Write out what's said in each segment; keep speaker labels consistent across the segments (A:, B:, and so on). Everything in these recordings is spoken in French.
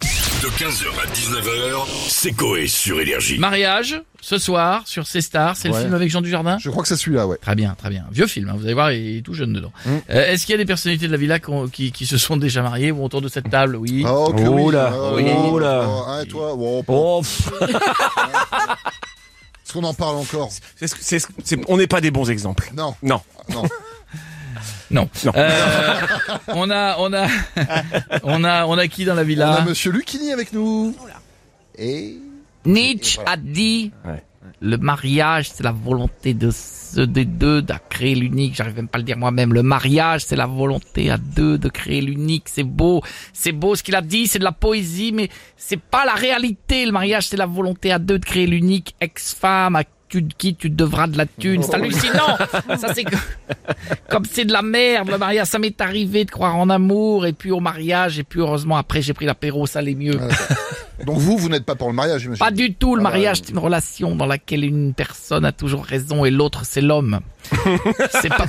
A: De 15h à 19h, c'est Coé sur Énergie.
B: Mariage, ce soir, sur C Star, c'est le
C: Ouais.
B: film avec Jean Dujardin
C: Je crois que c'est celui-là, ouais.
B: Très bien, très bien. Vieux film, hein, vous allez voir, il est tout jeune dedans.
C: Mm.
B: Euh, Est-ce qu'il y a des personnalités de la villa qu'on- qui, qui se sont déjà mariées ou autour de cette table Oui.
C: Ah, ok,
D: Oh
C: oui.
D: là,
C: Ah,
D: oui.
C: oh,
D: Oh là.
C: oh, ah, et toi, oh, p-
D: Oh, pff,
C: est-ce qu'on en parle encore
D: c'est ce que- c'est ce que- c'est- on n'est pas des bons exemples.
C: Non.
D: Non.
C: Non.
B: Non.
D: Non.
B: Euh, on a, on a, on a, on a qui dans la villa
C: On a Monsieur Lucini avec nous. Et
B: Nietzsche a dit
D: Ouais.
B: le mariage, c'est la volonté de ceux des deux de créer l'unique. J'arrive même pas à le dire moi-même. Le mariage, c'est la volonté à deux de créer l'unique. C'est beau, c'est beau ce qu'il a dit. C'est de la poésie, mais c'est pas la réalité. Le mariage, c'est la volonté à deux de créer l'unique. Ex-femme à tu- qui tu devras de la thune. C'est hallucinant. Ça c'est que- comme c'est de la merde le mariage. Ça m'est arrivé de croire en amour et puis au mariage et puis heureusement après j'ai pris l'apéro, ça allait mieux.
C: donc vous, vous n'êtes pas pour le mariage, monsieur.
B: Pas du tout. Le
C: Ah bah,
B: mariage, c'est une relation dans laquelle une personne a toujours raison et l'autre, c'est l'homme. c'est pas,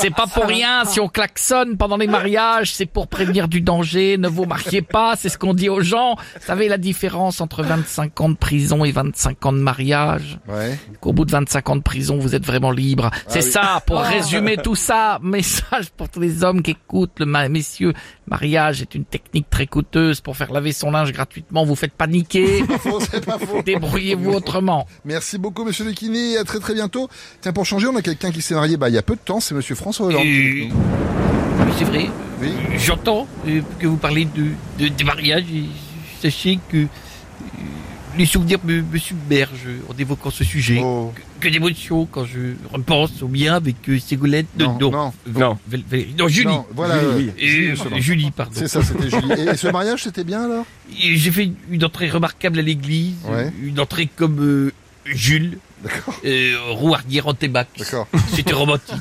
B: c'est pas pour rien si on klaxonne pendant les mariages. C'est pour prévenir du danger. Ne vous mariez pas. C'est ce qu'on dit aux gens. Vous savez la différence entre 25 ans de prison et 25 ans de mariage?
C: Ouais.
B: Qu'au bout de 25 ans de prison, vous êtes vraiment libre. c'est
C: oui.
B: ça, pour résumer tout ça, message pour tous les hommes qui écoutent, le ma- messieurs, mariage est une technique très coûteuse pour faire laver son linge gratuitement, vous faites paniquer,
C: Faux, c'est pas faux.
B: débrouillez-vous autrement.
C: Merci beaucoup, Monsieur Lucini. À très très bientôt. Tiens, pour changer, on a quelqu'un qui s'est marié. Bah, il y a peu de temps, c'est Monsieur François Hollande.
B: Euh, oui, c'est vrai,
C: Oui.
B: j'entends euh, que vous parlez de, de, des mariages et sachez que euh, les souvenirs me, me submergent en évoquant ce sujet.
C: Oh.
B: Que, que d'émotions quand je repense au mien avec euh, Ségolène. de
C: Non, non,
D: Non.
B: non, Julie.
C: non, Voilà.
D: Oui,
C: euh,
D: oui.
B: Euh, Julie, pardon.
C: C'est ça, c'était Julie. Et, et ce mariage, c'était bien alors
B: Et J'ai fait une entrée remarquable à l'église,
C: Ouais.
B: une entrée comme euh, Jules,
C: D'accord.
B: euh, Rouardière en Tébac.
C: D'accord.
B: C'était romantique.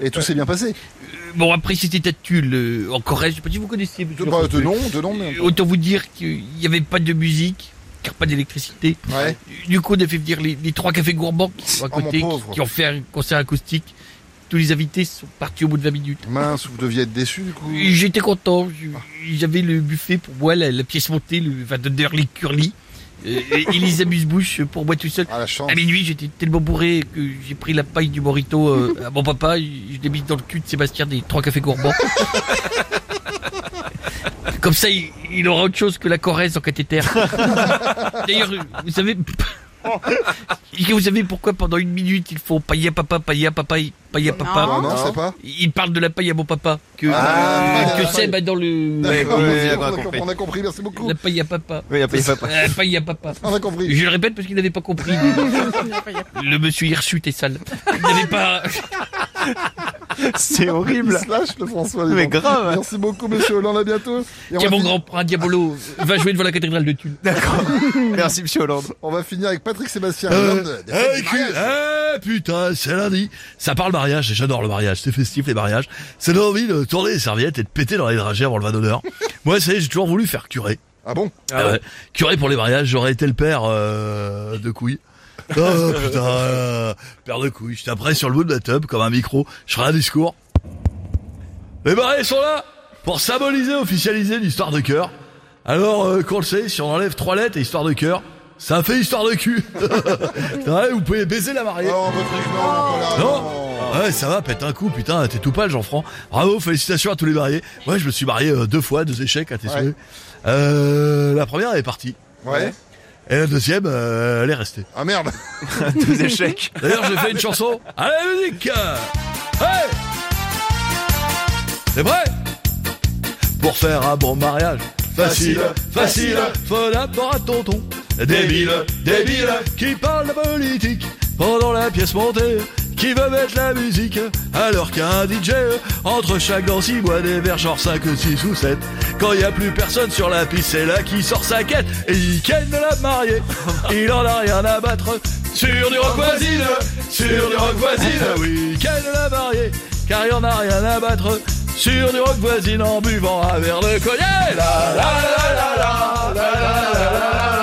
C: Et tout s'est bien passé.
B: Euh, bon, après, c'était à Tulle, euh, en Corrèze. Je sais pas si vous connaissez.
C: De,
B: monsieur
C: bah, de
B: François.
C: nom, de nom. Mais...
B: Euh, Autant vous dire qu'il n'y avait pas de musique, car pas d'électricité.
C: Ouais.
B: Du coup, on a fait venir les, les trois cafés gourmands qui sont à
C: Oh, mon
B: côté, qui-
C: pauvre.
B: qui ont fait un concert acoustique. Tous les invités sont partis au bout de 20 minutes.
C: Mince, vous deviez être déçu du coup.
B: J'étais content.
C: Ah.
B: je- J'avais le buffet pour moi, la, la pièce montée, le va donner les curly. Euh, et Elisa Busbush pour moi tout seul.
C: Ah la chance.
B: À minuit, j'étais tellement bourré que j'ai pris la paille du morito euh, à mon papa. et Je l'ai mis dans le cul de Sébastien des trois cafés gourmands. Comme ça, il, il aura autre chose que la Corrèze en cathéter. D'ailleurs, vous savez. Est-ce que Vous savez pourquoi pendant une minute ils font paille à papa, paille à papa, paille à papa
C: Ah, non, c'est pas.
B: il parle de la paille à mon papa. Que,
C: Ah,
B: euh, que
C: la paille.
B: Seb a dans le.
C: D'accord,
D: ouais,
C: merci, on,
D: ouais, on a
C: a compris.
D: compris.
C: on a compris, merci beaucoup.
B: La paille à papa.
D: Oui, après,
B: La paille à papa.
C: On a compris.
B: Je le répète parce qu'il n'avait pas compris. le monsieur hirsute est sale. Il n'avait pas.
D: C'est
C: Il
D: horrible.
C: se lâche, le François. dis
D: Mais
C: donc.
D: grave.
C: Merci beaucoup, monsieur Hollande, à bientôt. Et
B: Tiens,
C: on,
B: mon
C: va finir,
B: grand prince Diabolo va jouer devant la cathédrale de Tulle.
D: Merci, monsieur Hollande.
C: on va finir avec Patrick Sébastien. Hollande, des fêtes
E: Eh
C: du mariage.
E: putain, c'est lundi. Ça parle mariage, et j'adore le mariage. C'est festif les mariages. C'est l'envie de tourner les serviettes et de péter dans les dragées avant le vin d'honneur. Moi, ça y est, j'ai toujours voulu faire curé.
C: Ah bon
E: Euh, curé pour les mariages, j'aurais été le père euh, de couilles. Oh putain, euh, père de couilles. J'étais après sur le bout de la tub comme un micro. Je ferai un discours. Les mariés sont là pour symboliser, officialiser l'histoire de cœur. Alors, euh, qu'on le sait, si on enlève trois lettres et histoire de cœur, ça fait histoire de cul. Ouais, vous pouvez baiser la mariée.
C: Non, Patrick, non, non, pas là,
E: Non
C: non.
E: Ouais, ça va, pète un coup, putain, t'es tout pâle, Jean-Franc. Bravo, félicitations à tous les mariés. Ouais, je me suis marié euh, deux fois, deux échecs à tes
C: Ouais.
E: souhaits. Euh, la première, elle est partie.
C: Ouais.
E: Et la deuxième, euh, elle est restée.
C: Ah merde.
D: Deux échecs.
E: D'ailleurs, j'ai fait une chanson. Allez, la musique Hey C'est vrai Pour faire un bon mariage, facile, facile, faut d'abord un tonton. Débile, débile, qui parle de politique pendant la pièce montée. Qui veut mettre la musique alors qu'un DJ entre chaque danse il boit des verres genre 5, 6 ou 7 Quand y a plus personne sur la piste c'est là qu'il sort sa quête et il ken de la mariée Il en a rien à battre sur du rock voisine, sur du rock voisine, oui, quelle la mariée, car il en a rien à battre. Sur du rock voisine en buvant un verre de collier. La, la, la, la, la, la, la, la, la,